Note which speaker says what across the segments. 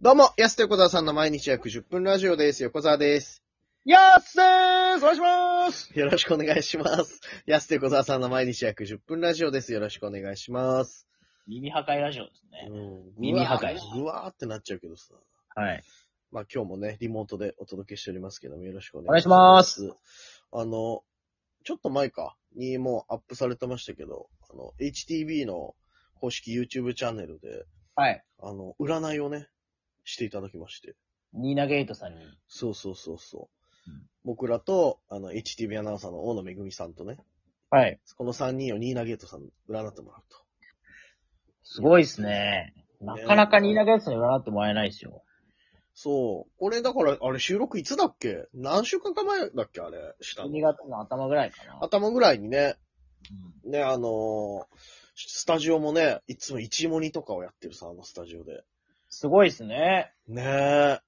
Speaker 1: どうも、安手小沢さんの毎日約10分ラジオです。横沢です。
Speaker 2: やっせーすお願いします
Speaker 1: よろしくお願いします。安手小沢さんの毎日約10分ラジオです。よろしくお願いします。
Speaker 2: 耳破壊ラジオですね。
Speaker 1: うん
Speaker 2: 耳破壊
Speaker 1: ぐわーぐわーってなっちゃうけどさ。
Speaker 2: はい。
Speaker 1: まあ今日もね、リモートでお届けしておりますけども、よろしくお
Speaker 2: お願
Speaker 1: 願い
Speaker 2: い
Speaker 1: し
Speaker 2: し
Speaker 1: ま。
Speaker 2: ます
Speaker 1: あの、ちょっと前か、にもうアップされてましたけど、あの、HTB の公式 YouTube チャンネルで、
Speaker 2: はい。
Speaker 1: あの、占いをね、していただきまして。
Speaker 2: ニーナゲートさんに。
Speaker 1: そうそうそうそう。
Speaker 2: うん
Speaker 1: 僕らと、あの、HTV アナウンサーの大野めぐみさんとね、
Speaker 2: はい。
Speaker 1: この3人をニーナゲートさんに占ってもらうと。
Speaker 2: すごいですね。なかなかニーナゲートさんに占ってもらえないですよ。
Speaker 1: そう。これだから、あれ収録いつだっけ何週間か前だっけあれ、した
Speaker 2: 12
Speaker 1: の。
Speaker 2: 月の頭ぐらいかな。
Speaker 1: 頭ぐらいにね、
Speaker 2: うん
Speaker 1: ね、あのースタジオもね、いつも一モニとかをやってるさ、あのスタジオで。
Speaker 2: すごいですね。
Speaker 1: ねえ、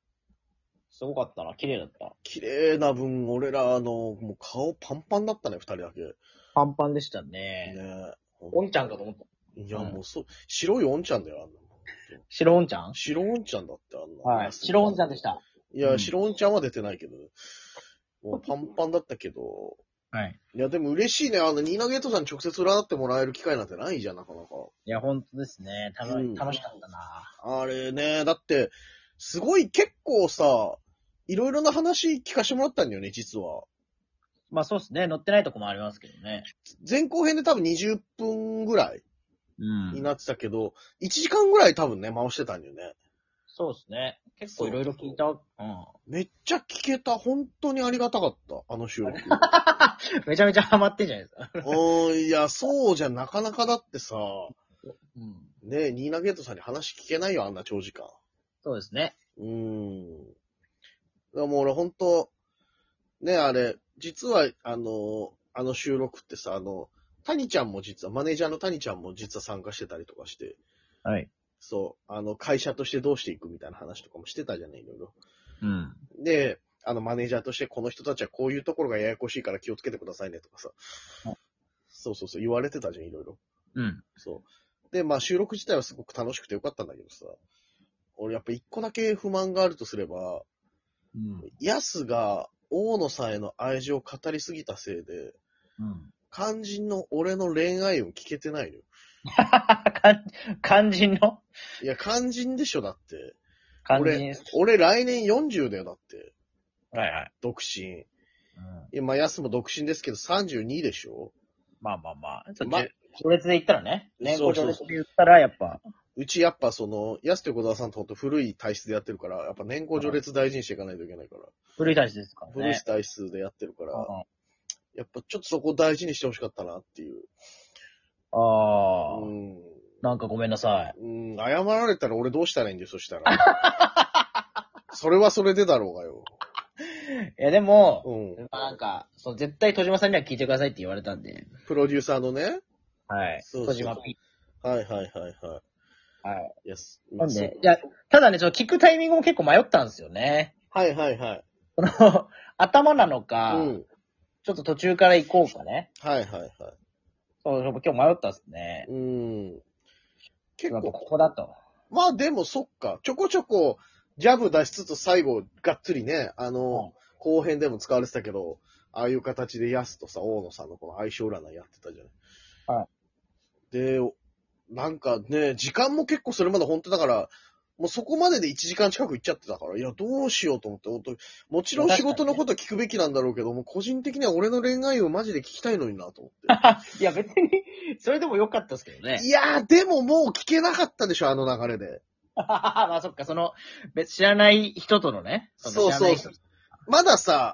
Speaker 2: すごかったな。綺麗だった。
Speaker 1: 綺麗な分、俺ら、あのもう顔パンパンだったね、二人だけ。ね
Speaker 2: パンパンでした
Speaker 1: え
Speaker 2: ね。。
Speaker 1: ほ
Speaker 2: お
Speaker 1: ん
Speaker 2: んちゃんかと思った。
Speaker 1: いや、もうそう、白いおんちゃんだよ、あんなもん
Speaker 2: 白おんちゃん
Speaker 1: 白おんちゃんだって、あんな。
Speaker 2: はい。白おんちゃんでし。た。
Speaker 1: いうや、
Speaker 2: ん
Speaker 1: 白おんちゃんは出てないけど、もうパンパンだったけど、
Speaker 2: はい。
Speaker 1: いや、でも嬉しいね。あの、ニーナゲートさんに直接占ってもらえる機会なんてないじゃん、なかなか。
Speaker 2: いや、本当ですね。楽
Speaker 1: うん
Speaker 2: 楽しかったな。
Speaker 1: あれね、だって、すごい結構さ、いろいろな話聞かせてもらったんだよね、実は。
Speaker 2: まあそうですね。乗ってないとこもありますけどね。
Speaker 1: 前後編で多分20分ぐらいうに
Speaker 2: ん。
Speaker 1: なってたけど、1時間ぐらい多分ね、回してたんだよね。
Speaker 2: そうですね。結構いろいろ聞いた。うん。
Speaker 1: めっちゃ聞けた。本当にありがたかった。あの収録。
Speaker 2: めちゃめちゃハマってんじゃないですか。
Speaker 1: うん、いや、そうじゃなかなかだってさ、
Speaker 2: うん。
Speaker 1: ねえ、ニーナゲートさんに話聞けないよ、あんな長時間。
Speaker 2: そうですね。
Speaker 1: うーん。だからもう俺ほんと、ねえ、あれ、実は、あの、あの収録ってさ、あの、谷ちゃんも実は、マネージャーの谷ちゃんも実は参加してたりとかして、
Speaker 2: はい。
Speaker 1: そう、あの、会社としてどうしていくみたいな話とかもしてたじゃない、いろいろ。
Speaker 2: うん。
Speaker 1: で、あの、マネージャーとしてこの人たちはこういうところがややこしいから気をつけてくださいねとかさ
Speaker 2: はい。
Speaker 1: そうそうそう、言われてたじゃん、いろいろ。
Speaker 2: うん。
Speaker 1: そう。で、まあ収録自体はすごく楽しくてよかったんだけどさ、俺やっぱ一個だけ不満があるとすれば、
Speaker 2: うん。
Speaker 1: ヤスが大野さんへの愛情を語りすぎたせいで、
Speaker 2: うん。
Speaker 1: 肝心の俺の恋愛を聞けてないのよ。
Speaker 2: 肝心の
Speaker 1: いや、肝心でしょ、だって。
Speaker 2: 肝心。
Speaker 1: 俺来年40だよ、だって。
Speaker 2: はいはい。
Speaker 1: 独身。
Speaker 2: うん。
Speaker 1: いや、まあ、ヤスも独身ですけど32でしょ
Speaker 2: まあまあまあ。ちょっと、
Speaker 1: ま
Speaker 2: 序列で言ったらね。年
Speaker 1: そう
Speaker 2: 功
Speaker 1: そう
Speaker 2: 序列で言ったら、やっぱ。
Speaker 1: うちやっぱその、ヤスと小沢さんとほんと古い体質でやってるから、やっぱ年功序列大事にしていかないといけないから。
Speaker 2: 古い大事ですから
Speaker 1: 古い
Speaker 2: ね。
Speaker 1: 体質でやってるから、
Speaker 2: うん
Speaker 1: やっぱちょっとそこを大事にしてほしかったなっていう。
Speaker 2: ああ、
Speaker 1: うん。
Speaker 2: なんかごめんなさい。
Speaker 1: うん、謝られたら俺どうしたらいいんだよ、そしたら。 それはそれでだろうがよ。
Speaker 2: いやでも、
Speaker 1: うん。
Speaker 2: まあなんか、そう、絶対戸島さんには聞いてくださいって言われたんで。
Speaker 1: プロデューサーのね。
Speaker 2: はい
Speaker 1: そうそう
Speaker 2: 戸島 P。
Speaker 1: はいはいはいは
Speaker 2: はい。
Speaker 1: い。いやす
Speaker 2: なんで、いや、ただね、ちょっと聞くタイミングも結構迷ったんですよね。
Speaker 1: はいはいはい。
Speaker 2: その、頭なのか、
Speaker 1: うん。
Speaker 2: ちょっと途中から行こうかね。
Speaker 1: はいはいはい。
Speaker 2: そう、今日迷ったっすね。
Speaker 1: うん。結
Speaker 2: やっぱこ
Speaker 1: 構、
Speaker 2: こだと。
Speaker 1: まあでもそっか、ちょこちょこ、ジャブ出しつつ最後、がっつりね、あ
Speaker 2: うん
Speaker 1: の、後編でも使われてたけど、ああいう形でヤスとさ、大野さんのこの相性占いやってたじゃない。。
Speaker 2: はい
Speaker 1: で、なんかね、時間も結構それまで本当だから、もうそこまでで1時間近く行っちゃってたから、いや、どうしようと思って、本当にもちろん仕事のこと聞くべきなんだろうけども、個人的には俺の恋愛をマジで聞きたいのになと思って。
Speaker 2: いや、別に、 それでも良かったっすけどね。
Speaker 1: いやー、でももう聞けなかったでしょ、あの流れで。
Speaker 2: まあ、そっか、その、別、知らない人とのね。
Speaker 1: そうそう
Speaker 2: 知らない人
Speaker 1: まださ、